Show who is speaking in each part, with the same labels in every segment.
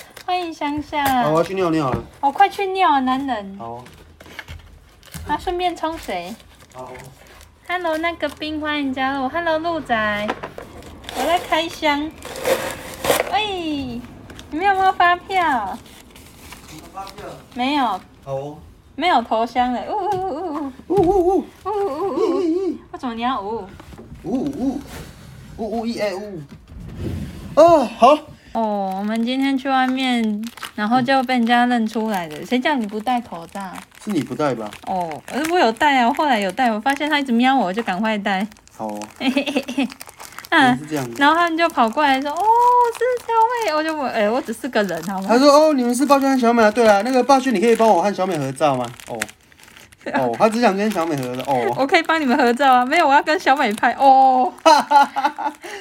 Speaker 1: 乡
Speaker 2: 好，啊
Speaker 1: 下
Speaker 2: 我。要去尿尿了。
Speaker 1: 哦，快去尿啊，男人！
Speaker 2: 好，
Speaker 1: 然后顺便冲水。
Speaker 2: 好，
Speaker 1: Hello，那个冰，欢迎加入。Hello，鹿仔，我在开箱。喂，你们有没有发票？没有，
Speaker 2: 好哦。
Speaker 1: 没有头香的。呜呜呜
Speaker 2: 呜
Speaker 1: 呜
Speaker 2: 呜呜
Speaker 1: 呜呜
Speaker 2: 呜
Speaker 1: 呜！
Speaker 2: 呜
Speaker 1: 为什么你要呜？
Speaker 2: 呜呜呜呜一哎呜。哦，好。
Speaker 1: 哦，我们今天去外面，然后就被人家认出来的。谁叫你不戴口罩？
Speaker 2: 是你不戴吧？
Speaker 1: 哦，呃，我有戴啊，我后来有戴，我发现他一直瞄我，我就赶快戴。
Speaker 2: 好哦，
Speaker 1: 嘿嘿嘿嘿，
Speaker 2: 原来
Speaker 1: 嗯。
Speaker 2: 是这样。
Speaker 1: 然后他们就跑过来说：“哦，是小美。”我就我哎、我只是个人，好
Speaker 2: 他
Speaker 1: 吗？
Speaker 2: 说：“哦，你们是霸轩和小美啊？对啊，那个霸轩，你可以帮我和小美合照吗？”哦，哦，他只想跟小美合照。哦，
Speaker 1: 我可以帮你们合照啊，没有，我要跟小美拍 哦，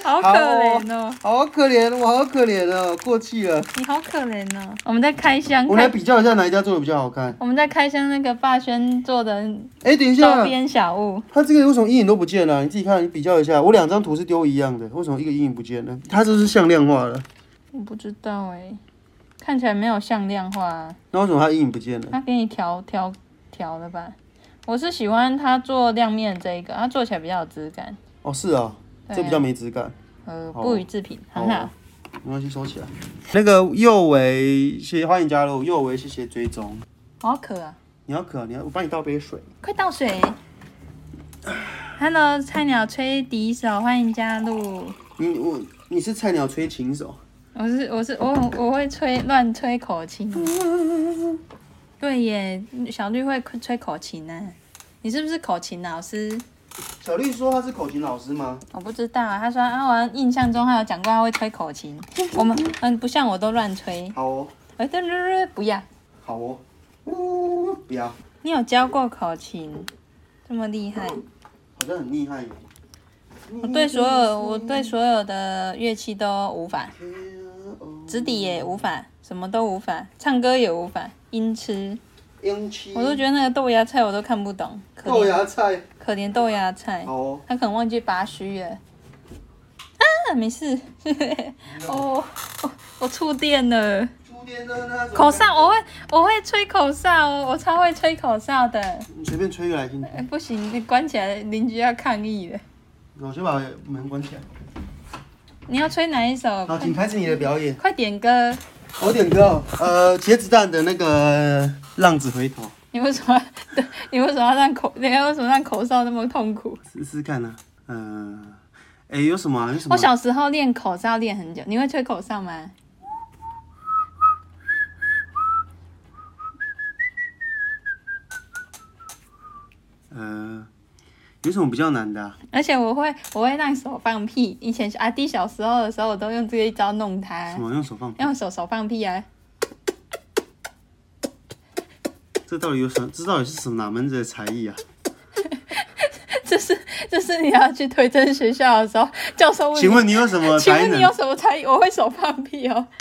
Speaker 1: 好可怜哦，
Speaker 2: 好可怜，我好可怜哦，过气了。
Speaker 1: 你好可怜哦。我们在开箱，
Speaker 2: 我们来
Speaker 1: 开
Speaker 2: 比较一下哪一家做的比较好看。
Speaker 1: 我们在开箱那个霸轩做的
Speaker 2: 哎，等一
Speaker 1: 周
Speaker 2: 下，
Speaker 1: 边小物，
Speaker 2: 它这个为什么阴影都不见了、你自己看，你比较一下。我两张图是丢一样的，为什么一个阴影不见了？它这是向量化了，
Speaker 1: 我不知道哎、看起来没有向量化啊、
Speaker 2: 那为什么它阴影不见了？
Speaker 1: 他给你调调调的吧。我是喜欢他做亮面这一个，他做起来比较有质感，
Speaker 2: 哦，是啊，
Speaker 1: 对啊
Speaker 2: 这比较没质感。
Speaker 1: 呃，
Speaker 2: 好
Speaker 1: 不予置评，很好
Speaker 2: 哦。没关系，收起来。那个右维，谢欢迎加入。右维，谢谢追踪。
Speaker 1: 好渴啊！
Speaker 2: 你要渴，你要我帮你倒杯水。
Speaker 1: 快倒水。Hello，菜鸟吹笛手，欢迎加入。
Speaker 2: 你我你是菜鸟吹琴手，
Speaker 1: 我是我是我我会吹乱吹口琴。对耶，小绿会吹口琴呢、你是不是口琴老师？
Speaker 2: 小绿说他是口琴老师吗？
Speaker 1: 我不知道啊，他说啊，我印象中他有讲过他会吹口琴。我们嗯，不像我都乱吹。
Speaker 2: 好哦，
Speaker 1: 哎，对对对，不要。
Speaker 2: 好哦。呜，不要，好
Speaker 1: 你有教过口琴，这么厉害？
Speaker 2: 像很厉害耶。
Speaker 1: 我对所有我对所有的乐器都无法，直笛也无法，什么都无法，唱歌也无法，音痴。
Speaker 2: 英七，
Speaker 1: 我都觉得那个豆芽菜我都看不懂，可哎
Speaker 2: 豆
Speaker 1: 怜
Speaker 2: 芽菜。
Speaker 1: 可怜豆芽菜，
Speaker 2: 好哦，
Speaker 1: 他可能忘记拔须了。啊，没事。 哦，我我触电了。
Speaker 2: 猪电的那种
Speaker 1: 口哨，我会我会吹口哨哦，我超会吹口哨的。
Speaker 2: 你随便吹一个来听听。
Speaker 1: 哎，不行，你关起来，邻居要抗议了。
Speaker 2: 我先把门 关起来。
Speaker 1: 你要吹哪一首？
Speaker 2: 好，请开始你的表演。
Speaker 1: 快点歌！
Speaker 2: 我点歌哦，呃，茄子蛋的那个《浪子回头》，
Speaker 1: 你为什么？你为什么要 让口？你为什么让口哨那么痛苦？
Speaker 2: 试试看呢、啊。嗯、呃，哎，有什么啊、有什么
Speaker 1: 我
Speaker 2: 啊？
Speaker 1: 小时候练口哨练很久，你会吹口哨吗？
Speaker 2: 呃，有什么比较难的、啊？
Speaker 1: 而且我会，我会让手放屁。以前阿弟小时候的时候，我都用这一招弄他
Speaker 2: 什，么用手放？
Speaker 1: 用手手放屁啊！
Speaker 2: 这到底有什么？这到底是什么哪门子的才艺啊？
Speaker 1: 这是这是你要去推甄学校的时候，教授问你，
Speaker 2: 请问你有什么
Speaker 1: 请
Speaker 2: 才
Speaker 1: 问
Speaker 2: 能
Speaker 1: 你？有什么才艺？我会手放屁哦。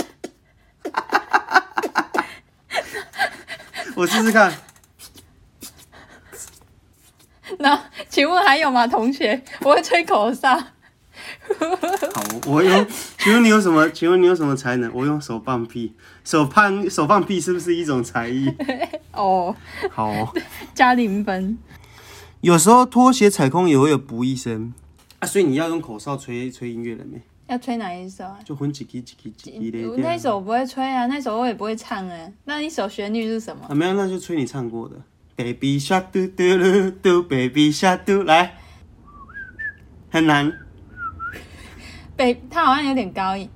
Speaker 2: 我试试看。
Speaker 1: 那请问还有吗，同学？我会吹口哨。
Speaker 2: 好，我 有。请问你有什么？请问你有什么才能？我用手放屁，手放手放屁是不是一种才 艺？
Speaker 1: 哦，
Speaker 2: 好 哦、
Speaker 1: 加零分。
Speaker 2: 有时候拖鞋踩空也会有不一声。啊，所以你要用口哨吹吹音乐了没？
Speaker 1: 要吹哪一首啊？
Speaker 2: 就混几几几几几的
Speaker 1: 我那一首我不会吹啊，那一首我也不会唱哎、那一首旋律是什么？
Speaker 2: 啊，没有，那就吹你唱过的。Baby shark 嘟嘟噜嘟，Baby shark 嘟来，很难。
Speaker 1: 北，它好像有点高音。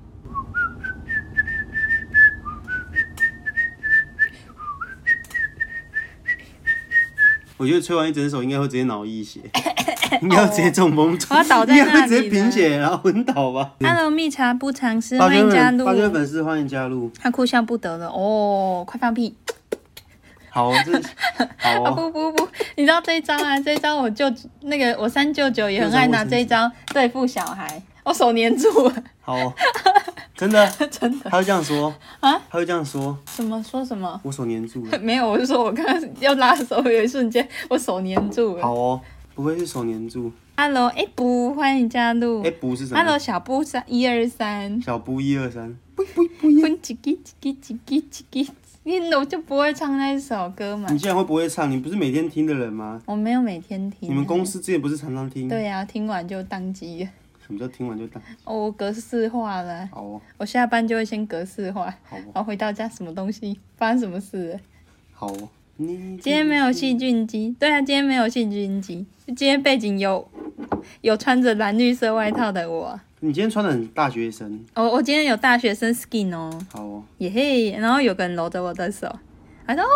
Speaker 2: 我觉得吹完一整首应该会直接脑溢血， 应该会直接中风，
Speaker 1: 哦我要倒在
Speaker 2: 应该
Speaker 1: 那
Speaker 2: 会直接
Speaker 1: 里
Speaker 2: 贫
Speaker 1: 了。
Speaker 2: 血然后昏倒吧。
Speaker 1: Hello，蜜茶不藏私，
Speaker 2: 八
Speaker 1: 欢
Speaker 2: 圈
Speaker 1: 迎加
Speaker 2: 粉，八圈
Speaker 1: 入。
Speaker 2: 粉丝欢迎加入。
Speaker 1: 他哭笑不得了哦，快放屁！
Speaker 2: 好，哦这 好
Speaker 1: 啊
Speaker 2: 哦，
Speaker 1: 不不不，你知道这一招啊？这一招我舅那个我三舅舅也很爱拿这一招对付小孩，我手粘住了，
Speaker 2: 好哦，真的，
Speaker 1: 真的
Speaker 2: 他会这样说
Speaker 1: 啊？
Speaker 2: 他会这样说，
Speaker 1: 什么说什么？
Speaker 2: 我手粘住了。
Speaker 1: 没有，我是说我刚刚要拉的时候，有一瞬间我手粘住了。
Speaker 2: 好哦，不会是手粘住？
Speaker 1: Hello，哎、不，欢迎加入。
Speaker 2: 哎、不是什么
Speaker 1: Hello，小布三一二三，
Speaker 2: 小布一二三，不
Speaker 1: 分几叽几叽几叽几叽，你我就不会唱那首歌嘛
Speaker 2: 你。竟然会不会唱？你不是每天听的人吗？
Speaker 1: 我没有每天听啊。
Speaker 2: 你们公司之前不是常常听？
Speaker 1: 对呀、听完就宕机了。
Speaker 2: 什么叫听完就当？
Speaker 1: 哦，我格式化了，
Speaker 2: 好哦，
Speaker 1: 我下班就会先格式化，
Speaker 2: 好哦，
Speaker 1: 然后回到家什么东西发生什么事了。
Speaker 2: 好哦。你
Speaker 1: 今天没有细菌机，对啊，今天没有细菌机。今天背景有有穿着蓝绿色外套的我，
Speaker 2: 你今天穿的很大学生，
Speaker 1: 我、我今天有大学生 skin 哦。
Speaker 2: 好哦，
Speaker 1: 耶嘿，然后有个人搂着我的手，他说哦，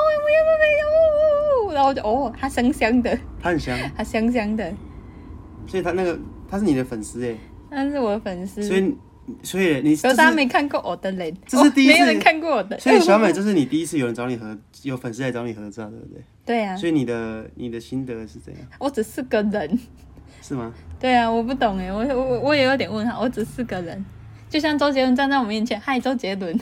Speaker 1: 我要妹妹，哦哦，哦然后我就哦，他香香的，
Speaker 2: 他很香，
Speaker 1: 他香香的，
Speaker 2: 所以他那个他是你的粉丝哎，
Speaker 1: 他是我的粉丝，
Speaker 2: 所以所以你
Speaker 1: 可
Speaker 2: 这
Speaker 1: 是大家
Speaker 2: 是
Speaker 1: 没看过我的脸，
Speaker 2: 这是第一次
Speaker 1: 哦没有人看过我的，
Speaker 2: 所以小美 这是你第一次有人找你合，有粉丝来找你合照，对不对？
Speaker 1: 对啊，
Speaker 2: 所以你的你的心得是怎样？
Speaker 1: 我只是个人，
Speaker 2: 是 吗？
Speaker 1: 对啊，我不懂哎，我我我也有点问号，我只是个人，就像周杰伦站在我面前，嗨，周杰伦，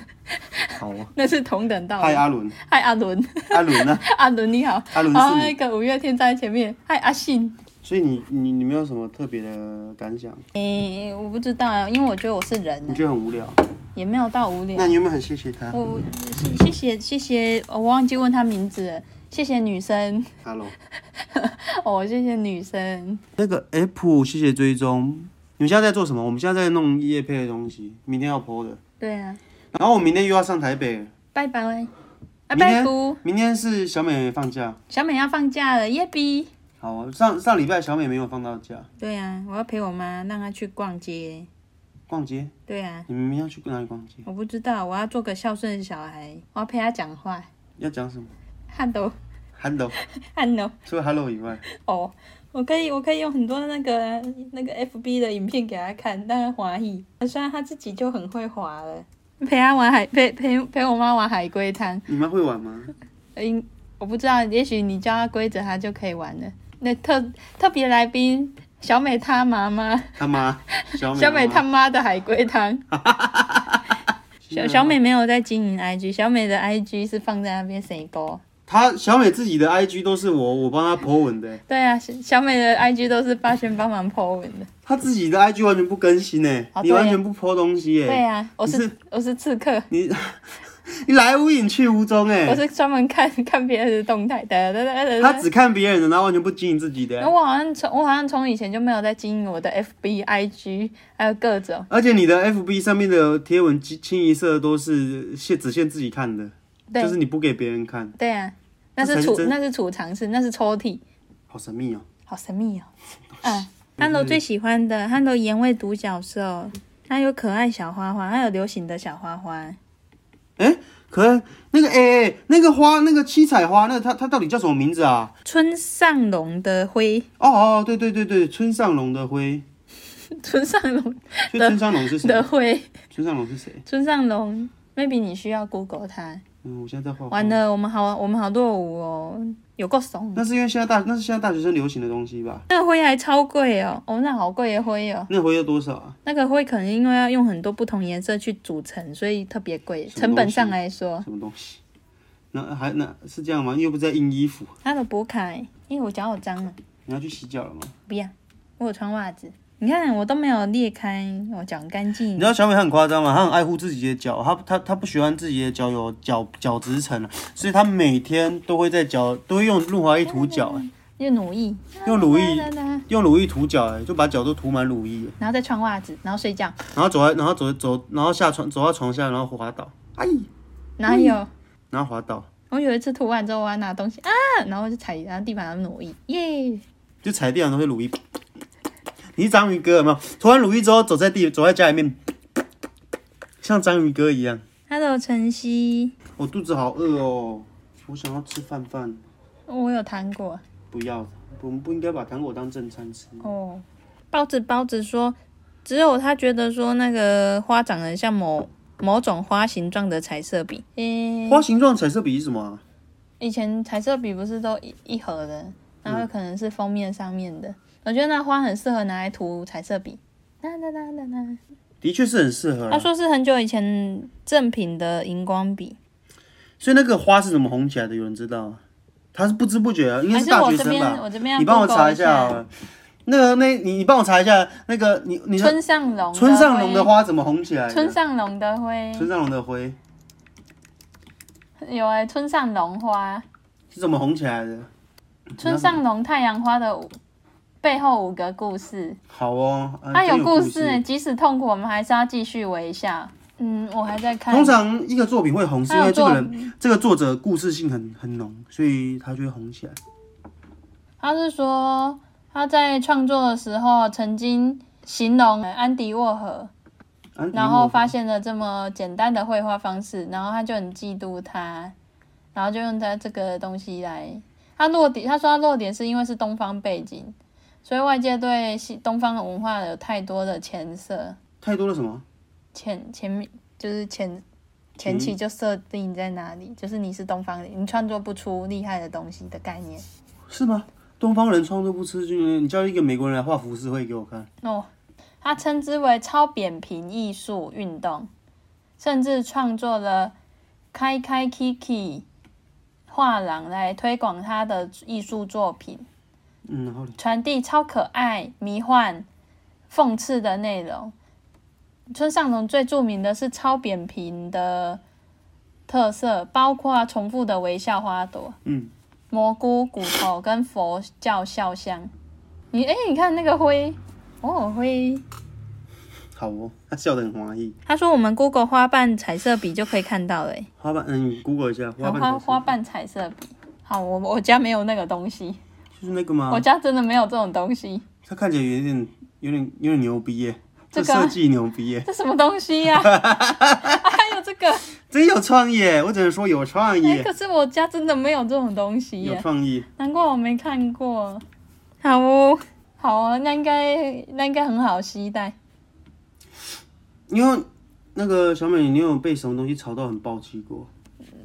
Speaker 2: 好哦，
Speaker 1: 那是同等道
Speaker 2: 嗨
Speaker 1: 理，
Speaker 2: 阿伦，
Speaker 1: 嗨阿伦，
Speaker 2: 阿伦呢？
Speaker 1: 阿伦你好，
Speaker 2: 阿伦
Speaker 1: 然后
Speaker 2: 是
Speaker 1: 那
Speaker 2: 你，
Speaker 1: 个五月天站在前面，嗨阿信。
Speaker 2: 所以你你你没有什么特别的感想？
Speaker 1: 诶、我不知道啊，因为我觉得我是人啊哦
Speaker 2: 你，觉得很无聊？
Speaker 1: 也没有到无聊。
Speaker 2: 嗯那你有没有很谢谢他
Speaker 1: 我谢谢谢谢，我忘记问她名字了。谢谢女生，
Speaker 2: ？Hello，
Speaker 1: 哦，谢谢女生。
Speaker 2: 那个 App 谢谢追踪。你们现在在做什么？我们现在在弄夜配的东西，明天要 PO 的。
Speaker 1: 对啊，
Speaker 2: 然后我明天又要上台北了，
Speaker 1: 拜拜，啊拜
Speaker 2: 明
Speaker 1: 拜
Speaker 2: 天
Speaker 1: 姑。
Speaker 2: 明天是小美放假。
Speaker 1: 小美要放假了，耶比。
Speaker 2: 好哦，上上礼拜小美没有放到假，
Speaker 1: 对啊，我要陪我妈，让她去逛街。
Speaker 2: 逛街。
Speaker 1: 对啊，
Speaker 2: 你们明天要去哪里逛街？
Speaker 1: 我不知道，我要做个孝顺的小孩，我要陪她讲话。
Speaker 2: 要讲什么
Speaker 1: Hello
Speaker 2: ？Hello，
Speaker 1: Hello，
Speaker 2: 除了 Hello 以外，
Speaker 1: 哦，我可以我可以用很多那个那个 FB 的影片给她看，让她滑意。虽然她自己就很会滑了，陪她玩海陪陪陪我妈玩海龟汤。
Speaker 2: 你们会玩吗？
Speaker 1: 嗯，我不知道，也许你教他规则，他就可以玩了。那特特别来宾小美她妈妈，
Speaker 2: 他妈，小美，
Speaker 1: 小美她，妈的海龟汤。小小，美没有在经营 IG，小美的 IG 是放在那边谁勾？
Speaker 2: 她小美自己的 IG 都是我我帮她 po 文的，
Speaker 1: 对啊，小小美的 IG 都是八轩帮忙 po 文的。
Speaker 2: 她自己的 IG 完全不更新哎
Speaker 1: 哦，
Speaker 2: 你
Speaker 1: 对
Speaker 2: 完全不 po 东西
Speaker 1: 对
Speaker 2: 哎，
Speaker 1: 啊，我
Speaker 2: 你
Speaker 1: 是我是刺客，
Speaker 2: 你你来无影去无踪
Speaker 1: 我
Speaker 2: 哎，
Speaker 1: 是专门看看别人的动态的。哒哒哒
Speaker 2: 她
Speaker 1: 哒
Speaker 2: 只看别人的，然后完全不经营自己的
Speaker 1: 然
Speaker 2: 欸，
Speaker 1: 后我好像从我好像从以前就没有在经营我的 FB、IG，还有各种。
Speaker 2: 而且你的 FB 上面的贴文清清一色都是限只限自己看的，
Speaker 1: 对
Speaker 2: 就是你不给别人看，
Speaker 1: 对啊，那
Speaker 2: 这才
Speaker 1: 是
Speaker 2: 是
Speaker 1: 储
Speaker 2: 真
Speaker 1: 那是储藏室，那是抽屉，
Speaker 2: 好神秘哦。
Speaker 1: 好神秘哦。嗯，Hello 最喜欢的 Hello 盐味独角兽，它有可爱小花花，还有流行的小花花。
Speaker 2: 可那个哎、欸欸那个花，那个七彩花，那个它它到底叫什么名字啊？
Speaker 1: 村上龙的灰，
Speaker 2: 哦哦，对对对对，村上龙的灰，
Speaker 1: 村上龙
Speaker 2: 所以村上龙是谁
Speaker 1: 的？灰，
Speaker 2: 村上龙是谁？
Speaker 1: 村上龙，maybe 你需要 Google 它。
Speaker 2: 嗯，我现在在画。
Speaker 1: 完。了，我们好，我们好落伍哦，有够怂。
Speaker 2: 那是因为现在大，那是现在大学生流行的东西吧？
Speaker 1: 那个灰还超贵哦，哦，那好贵的灰哦。
Speaker 2: 那个灰要多少啊？
Speaker 1: 那个灰可能因为要用很多不同颜色去组成，所以特别贵。
Speaker 2: 什么
Speaker 1: 成本
Speaker 2: 东西
Speaker 1: 上来说，
Speaker 2: 什么东西？那还那是这样吗？又不是在印衣服，
Speaker 1: 他的博凯，因为我脚好脏嘛，
Speaker 2: 你要去洗脚了吗？
Speaker 1: 不要，我有穿袜子。你看我都没有裂开，我脚很干
Speaker 2: 嗯你
Speaker 1: 净
Speaker 2: 知。道小美她很夸张吗？她很爱护自己的脚，她她她不喜欢自己的脚有角角质层啊，所以她每天都会在脚都会用润滑液涂脚、欸，
Speaker 1: 又努力，
Speaker 2: 用乳液
Speaker 1: 哒哒哒哒
Speaker 2: 用乳液涂脚，哎，就把脚都涂满乳液欸，
Speaker 1: 然后再穿袜子，然后睡觉。
Speaker 2: 然后走在，然后走走，然后下床，走到床下，然后滑倒，哎，
Speaker 1: 哪有？
Speaker 2: 然后滑倒，
Speaker 1: 我有一次涂完之后，我要拿东西啊，然后就踩，然后地板上努力，耶！
Speaker 2: 就踩地上都会乳液。你是章鱼哥有没有？涂完乳液之后，走在地，走在家里面，像章鱼哥一样。
Speaker 1: Hello，晨曦，
Speaker 2: 我肚子好饿哦，我想要吃饭饭。
Speaker 1: 我有糖果
Speaker 2: 不要，我们不应该把糖果当正餐吃。
Speaker 1: 哦。包子包子说，只有他觉得说那个花长得像某某种花形状的彩色笔。诶、
Speaker 2: 花形状彩色笔是什么啊？
Speaker 1: 以前彩色笔不是都一一盒的，然后可能是封面上面的。我觉得那花很适合拿来涂彩色笔。哒哒哒哒
Speaker 2: 啊
Speaker 1: 哒。
Speaker 2: 的确是很适合啦啊
Speaker 1: 他。说是很久以前正品的荧光笔，
Speaker 2: 所以那个花是怎么红起来的？有人知道吗？他是不知不觉啊，应该
Speaker 1: 还
Speaker 2: 是
Speaker 1: 是
Speaker 2: 大
Speaker 1: 我
Speaker 2: 学
Speaker 1: 这
Speaker 2: 生
Speaker 1: 边
Speaker 2: 吧？
Speaker 1: 我这边要
Speaker 2: 你帮我
Speaker 1: Google
Speaker 2: 查
Speaker 1: 一
Speaker 2: 下哦好了。那个，那你你帮我查一下那个，你你说
Speaker 1: 村上龙，
Speaker 2: 村上龙的，花怎么红起来的？
Speaker 1: 村上龙的灰
Speaker 2: 村上龙的灰
Speaker 1: 有哎、村上龙花，
Speaker 2: 是怎么红起来的？
Speaker 1: 村上龙太阳花的五背后五个故事，
Speaker 2: 好哦，啊
Speaker 1: 它
Speaker 2: 真
Speaker 1: 有故
Speaker 2: 故
Speaker 1: 事、欸，即使痛苦，我们还是要继续微笑。嗯，我还在看，
Speaker 2: 通常一个作品会红，是因
Speaker 1: 还有
Speaker 2: 为这
Speaker 1: 作
Speaker 2: 个人这个作者故事性很很浓，所以他就会红起来。
Speaker 1: 他是说他在创作的时候曾经形容呃安迪沃荷，
Speaker 2: 安迪
Speaker 1: 然后
Speaker 2: 沃
Speaker 1: 发现了这么简单的绘画方式，然后他就很嫉妒他，然后就用他这个东西来，他落点，他说他落点是因为是东方背景，所以外界对西东方的文化有太多的前设，
Speaker 2: 太多了什么？
Speaker 1: 前前面就是前前期就设定在哪里，就是你是东方人，你创作不出厉害的东西的概念
Speaker 2: 是吗？东方人创作不吃菌，你叫一个美国人来画浮世绘给我看，
Speaker 1: 哦。他称之为超扁平艺术运动，甚至创作了开开 Kiki 画廊来推广他的艺术作品，
Speaker 2: 嗯，然后嘞
Speaker 1: 传递超可爱、迷幻、讽刺的内容。村上隆最著名的是超扁平的特色，包括重复的微笑花朵、
Speaker 2: 嗯，
Speaker 1: 蘑菇骨头跟佛教肖像。你哎、你看那个灰，哦灰。
Speaker 2: 好哦，他笑得很欢喜。
Speaker 1: 他说我们 Google 花瓣彩色笔就可以看到了、欸，
Speaker 2: 花瓣，嗯你，Google 一下，花瓣
Speaker 1: 花
Speaker 2: 才是
Speaker 1: 花瓣彩色笔。好，我我家没有那个东西，
Speaker 2: 就是那个吗
Speaker 1: 我？家真的没有这种东西，
Speaker 2: 他看起来有点有点有点牛逼耶，
Speaker 1: 这
Speaker 2: 这
Speaker 1: 个啊
Speaker 2: 设计牛逼耶，
Speaker 1: 这什么东西呀、还有这个，
Speaker 2: 真有创意耶，我只能说有创意
Speaker 1: 哎、
Speaker 2: 耶，
Speaker 1: 可是我家真的没有这种东西
Speaker 2: 有
Speaker 1: 耶，
Speaker 2: 创意。
Speaker 1: 难怪我没看过。好哦，好啊，那应该那应该很好期待。
Speaker 2: 因为那个小美，你有被什么东西吵到很暴气过？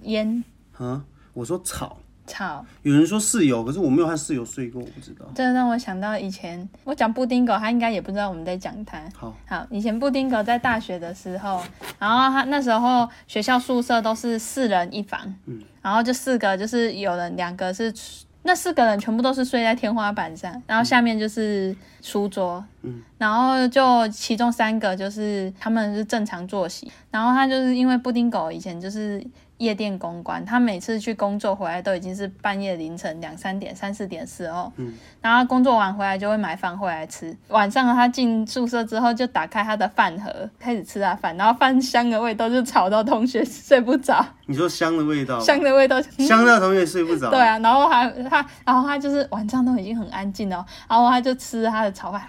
Speaker 1: 烟
Speaker 2: 啊，我说吵，
Speaker 1: 草，
Speaker 2: 有人说室友，可是我没有和室友睡过，我不知道。
Speaker 1: 这让我想到以前我讲布丁狗，他应该也不知道我们在讲他。
Speaker 2: 好，
Speaker 1: 好，以前布丁狗在大学的时候，然后他那时候学校宿舍都是四人一房，
Speaker 2: 嗯
Speaker 1: 然后就四个，就是有人两个是那四个人全部都是睡在天花板上，然后下面就是书桌，
Speaker 2: 嗯，
Speaker 1: 然后就其中三个就是他们是正常作息，然后他就是因为布丁狗以前就是夜店公关，他每次去工作回来都已经是半夜凌晨两三点、三四点时候，
Speaker 2: 嗯，
Speaker 1: 然后工作完回来就会买饭回来吃，晚上他进宿舍之后就打开他的饭盒开始吃他饭，然后饭香的味道就吵到同学睡不着，
Speaker 2: 你说香的味道，
Speaker 1: 香的味道。
Speaker 2: 香到同学睡不着。
Speaker 1: 对啊，然后他他，然后他就是晚上都已经很安静了，然后他就吃他的炒饭，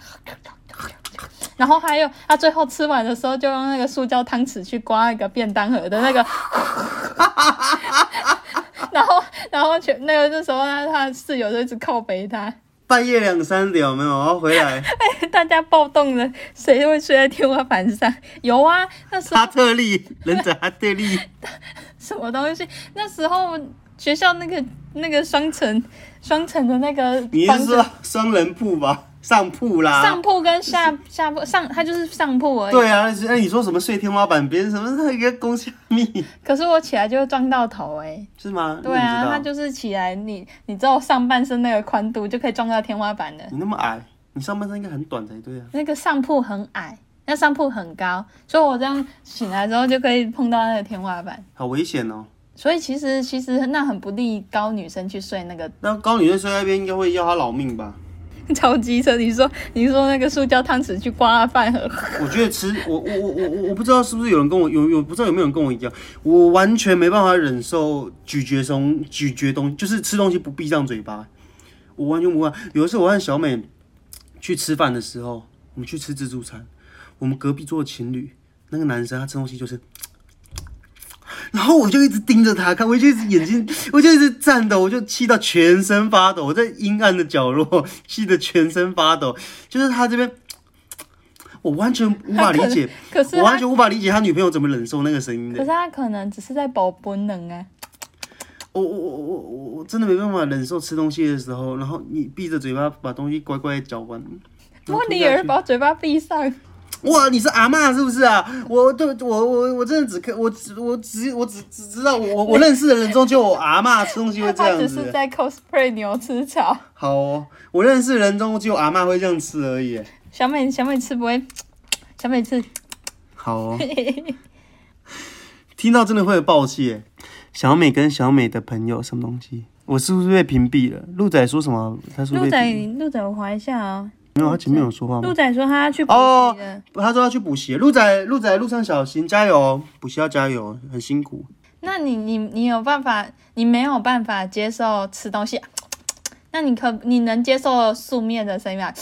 Speaker 1: 然后还有他最后吃完的时候，就用那个塑胶汤匙去刮那个便当盒的那个，然后然后全那个那时候他他的室友就一直靠背他，
Speaker 2: 半夜两三点有没有？然后回 来，
Speaker 1: 大家暴动了，谁会睡在天花板上？有啊，那时候
Speaker 2: 哈特利，忍者哈特 利，
Speaker 1: 什么东西？那时候学校那个那个双层双层的那个
Speaker 2: 你
Speaker 1: 房
Speaker 2: 是
Speaker 1: 子
Speaker 2: 说双人铺吧？上铺啦。
Speaker 1: 上铺跟下下铺上，它就是上铺而已。
Speaker 2: 对啊，那你说什么睡天花板边什么那个公虾米
Speaker 1: 可是我起来就会撞到头哎、
Speaker 2: 是吗？
Speaker 1: 对
Speaker 2: 那你
Speaker 1: 啊，
Speaker 2: 知道
Speaker 1: 它就是起来你你只有上半身那个宽度就可以撞到天花板了。
Speaker 2: 你那么矮，你上半身应该很短才对啊。
Speaker 1: 那个上铺很矮，那上铺很高，所以我这样醒来之后就可以碰到那个天花板。
Speaker 2: 好危险哦！
Speaker 1: 所以其实其实那很不利高女生去睡那个
Speaker 2: 那高女生睡在那边应该会要她老命吧？
Speaker 1: 超机车。你说你说那个塑胶汤匙去刮饭盒，
Speaker 2: 我觉得吃我我我我我不知道是不是有人跟我有有不知道有没有人跟我一样，我完全没办法忍受咀嚼东咀嚼东就是吃东西不闭上嘴巴，我完全无法。有一次我和小美去吃饭的时候，我们去吃自助餐，我们隔壁桌的情侣那个男生他吃东西就是。然后我就一直盯着他看，我就一直眼睛，我就一直颤抖，我就气到全身发抖，我在阴暗的角落气得全身发抖，就是他这边，我完全无法理解，
Speaker 1: 可是
Speaker 2: 我
Speaker 1: 他
Speaker 2: 完全无法理解他女朋友怎么忍受那个声音
Speaker 1: 可是
Speaker 2: 的。
Speaker 1: 他可能只是在保本能 啊。
Speaker 2: 我我我我我我真的没办法忍受吃东西的时候，然后你闭着嘴巴把东西乖乖地嚼完。
Speaker 1: 不过你也是把嘴巴闭上，
Speaker 2: 哇，你是阿嬷是不是啊？我对我我我真的只看我只我只我只只知道我我认识的人中就我阿嬷吃东西会这
Speaker 1: 他
Speaker 2: 样
Speaker 1: 只
Speaker 2: 子
Speaker 1: 是。在 cosplay 牛吃草。
Speaker 2: 好、哦，我认识的人中只有阿嬷会这样吃而已。
Speaker 1: 小美，小美吃不会，小美吃。
Speaker 2: 好哦，听到真的会爆气耶。小美跟小美的朋友什么东西？我是不是被屏蔽了？鹿仔说什么？他说
Speaker 1: 鹿
Speaker 2: 被
Speaker 1: 仔
Speaker 2: 屏蔽，
Speaker 1: 鹿仔，我划一下啊、
Speaker 2: 没有，他前面有说话吗
Speaker 1: 鹿？仔说他要去补
Speaker 2: 哦
Speaker 1: 习了。
Speaker 2: 他说要去补习，鹿仔鹿仔路上小心，加油哦！补习要加油，很辛苦。
Speaker 1: 那你你你有办法？你没有办法接受吃东西？那你可你能接受素面的声音吗？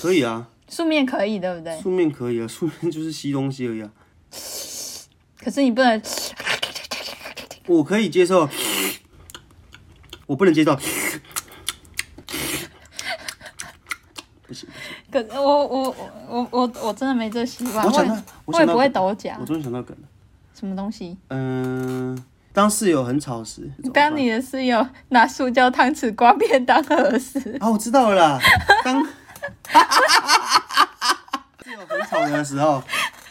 Speaker 2: 可以啊，
Speaker 1: 素面可以，对不对？
Speaker 2: 素面可以啊， 素面就是吸东西而已啊。
Speaker 1: 可是你不能，
Speaker 2: 我可以接受，我不能接受。不行，
Speaker 1: 可是我我我我我真的没这习惯，
Speaker 2: 我
Speaker 1: 我
Speaker 2: 想
Speaker 1: 也
Speaker 2: 到，
Speaker 1: 我也
Speaker 2: 想到
Speaker 1: 不会
Speaker 2: 梗
Speaker 1: 抖脚
Speaker 2: 我，终于想到梗了，
Speaker 1: 什么东西？
Speaker 2: 嗯、当室友很吵时，怎么办
Speaker 1: 当你的室友拿塑胶汤匙刮便当盒时，
Speaker 2: 啊，我知道了啦，当 室友很吵的时候，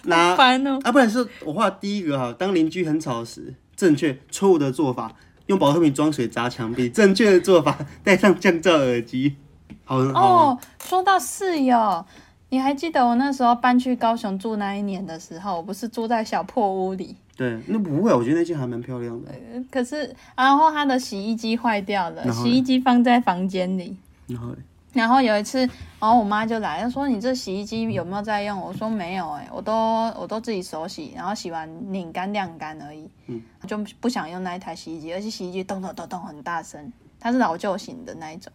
Speaker 2: 拿
Speaker 1: 烦哦！
Speaker 2: 啊，不然是我画第一个哈，当邻居很吵时，正确错误的做法，用保特瓶装水砸墙壁；正确的做法，戴上降噪耳机。好，好，
Speaker 1: 哦，说到室友，你还记得我那时候搬去高雄住那一年的时候，我不是住在小破屋里，
Speaker 2: 对，那不会，我觉得那件还蛮漂亮的。
Speaker 1: 呃可是然后他的洗衣机坏掉了，
Speaker 2: 然后呢
Speaker 1: 洗衣机放在房间里。
Speaker 2: 然后嘞，
Speaker 1: 然后有一次，然后我妈就来，她说你这洗衣机有没有在用？我说没有、欸，我都我都自己手洗，然后洗完拧干晾干而已，
Speaker 2: 嗯，
Speaker 1: 就不想用那一台洗衣机，而且洗衣机咚咚咚咚很大声，它是老旧型的那一种。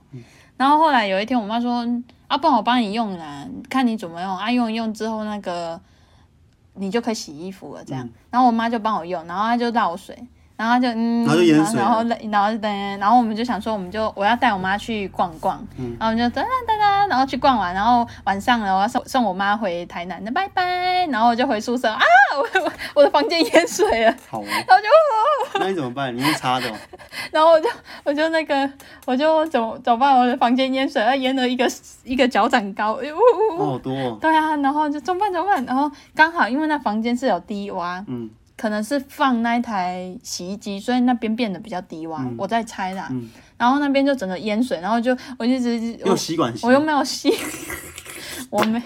Speaker 1: 然后后来有一天，我妈说啊，不然我帮你用啦，看你怎么用啊，用一用之后那个你就可以洗衣服了这样。然后我妈就帮我用，然后她就倒水。然后她就嗯，
Speaker 2: 嗯然后就淹水了
Speaker 1: 然后然后等，然后我们就想说，我们就我要带我妈去逛逛，
Speaker 2: 嗯
Speaker 1: 然后我们就哒哒哒哒，然后去逛完，然后晚上了，我要送送我妈回台南的，拜拜，然后我就回宿舍啊，我 我我的房间淹水了，
Speaker 2: 好哦，
Speaker 1: 然后就
Speaker 2: 那你怎么办？你用 擦的、哦，
Speaker 1: 然后我就我就那个我就走走吧，我的房间淹水，要淹了一个一个脚掌高，哎呦呜
Speaker 2: 哦，
Speaker 1: 呜呜，
Speaker 2: 好多、哦。
Speaker 1: 对啊，然后就怎么办怎么办？然后刚好因为那房间是有低洼，
Speaker 2: 嗯，
Speaker 1: 可能是放那一台洗衣机，所以那边变得比较低洼，我在猜啦。
Speaker 2: 嗯
Speaker 1: 然后那边就整个淹水，然后就我就一直我
Speaker 2: 用吸管吸
Speaker 1: 我。又没有吸，我没。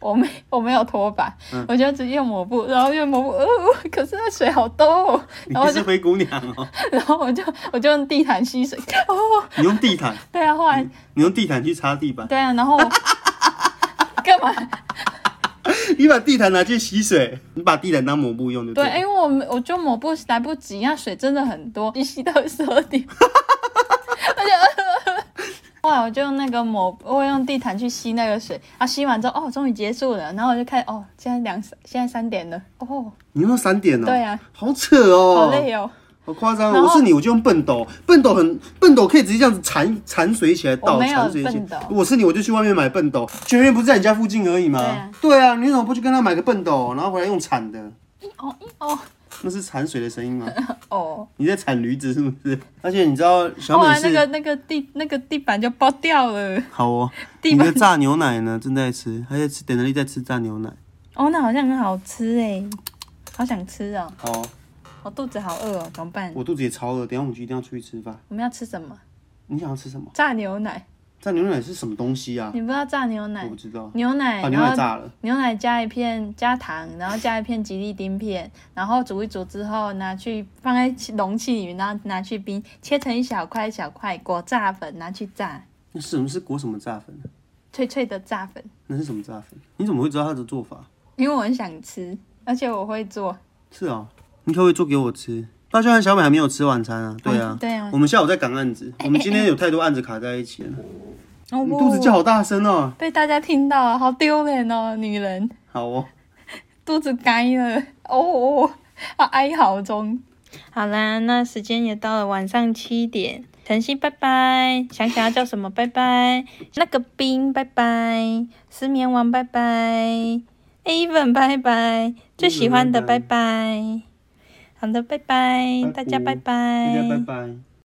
Speaker 1: 我没我没有拖把，
Speaker 2: 嗯
Speaker 1: 我就只用抹布，然后用抹布，呃，可是那水好多、哦，
Speaker 2: 你
Speaker 1: 然后
Speaker 2: 是灰姑娘哦，
Speaker 1: 然后我就我就用地毯吸水， 哦，
Speaker 2: 你用地毯，
Speaker 1: 对啊，后来
Speaker 2: 你用地毯去擦地板，
Speaker 1: 对啊，然后我干嘛？
Speaker 2: 你把地毯拿去洗水，你把地毯当抹布用就
Speaker 1: 对，
Speaker 2: 了
Speaker 1: 因为我们我就抹布来不及，那水真的很多，一吸到十二点， 而且。 后来我就用那个抹，我用地毯去吸那个水，啊，吸完之后，哦，终于结束了，然后我就看，哦，现在两，现在三点了，哦，
Speaker 2: 你用到三点哦，
Speaker 1: 对啊，
Speaker 2: 好扯哦，
Speaker 1: 好累哦，
Speaker 2: 好夸张
Speaker 1: 然
Speaker 2: 哦！
Speaker 1: 后
Speaker 2: 我是你，我就用笨斗，笨斗很笨斗可以直接这样子缠缠水起来
Speaker 1: 我
Speaker 2: 倒，
Speaker 1: 没有
Speaker 2: 缠水起
Speaker 1: 笨斗
Speaker 2: 来。我是你，我就去外面买笨斗，全员不是在你家附近而已吗？
Speaker 1: 对啊
Speaker 2: 对啊，你怎么不去跟他买个笨斗，然后回来用铲的？
Speaker 1: 哦，哦，
Speaker 2: 那是铲水的声音吗？
Speaker 1: 哦，
Speaker 2: 你在铲驴子是不是？而且你知道小
Speaker 1: 后
Speaker 2: 美
Speaker 1: 来那
Speaker 2: 是、
Speaker 1: 个那个地那个地板就爆掉了，
Speaker 2: 好哦，
Speaker 1: 地
Speaker 2: 你
Speaker 1: 板
Speaker 2: 的炸牛奶呢正在吃，还在吃，等着你在吃炸牛奶。
Speaker 1: 哦，那好像很好吃哎，好想吃哦，
Speaker 2: 好哦、
Speaker 1: 我肚子好饿哦，怎么办？
Speaker 2: 我肚子也超饿，等一下我们就一定要出去吃饭。
Speaker 1: 我们要吃什么？
Speaker 2: 你想要吃什么？
Speaker 1: 炸牛奶，
Speaker 2: 炸牛奶是什么东西啊？
Speaker 1: 你不知道炸牛奶
Speaker 2: 我不？知道。
Speaker 1: 牛奶，
Speaker 2: 把啊牛
Speaker 1: 然
Speaker 2: 奶
Speaker 1: 后
Speaker 2: 炸了，
Speaker 1: 牛奶加一片加糖，然后加一片吉利丁片，然后煮一煮之后拿去放在容器里面，然后拿去冰，切成一小块一小块，裹炸粉拿去炸，
Speaker 2: 那什么是裹什么炸粉？啊
Speaker 1: 脆脆的炸粉。
Speaker 2: 那是什么炸粉？你怎么会知道它的做法？
Speaker 1: 因为我很想吃，而且我会做。
Speaker 2: 是啊、你可不可以做给我吃？大家和小美还没有吃晚餐啊？对啊，
Speaker 1: 对啊
Speaker 2: 我们下午在赶案子，我们今天有太多案子卡在一 起了。
Speaker 1: 哦
Speaker 2: 你肚子叫好大声哦、
Speaker 1: 被大家听到了，好丢脸哦，女人
Speaker 2: 好哦，
Speaker 1: 肚子该了，哦哦，啊哀嚎中。好啦，那时间也到了晚上七点，晨曦拜拜，想想要叫什么拜拜，那个冰拜拜，失眠王拜拜，Even 拜拜，最喜欢的拜拜。好的，拜拜，大家拜
Speaker 2: 大
Speaker 1: 拜
Speaker 2: 家拜拜。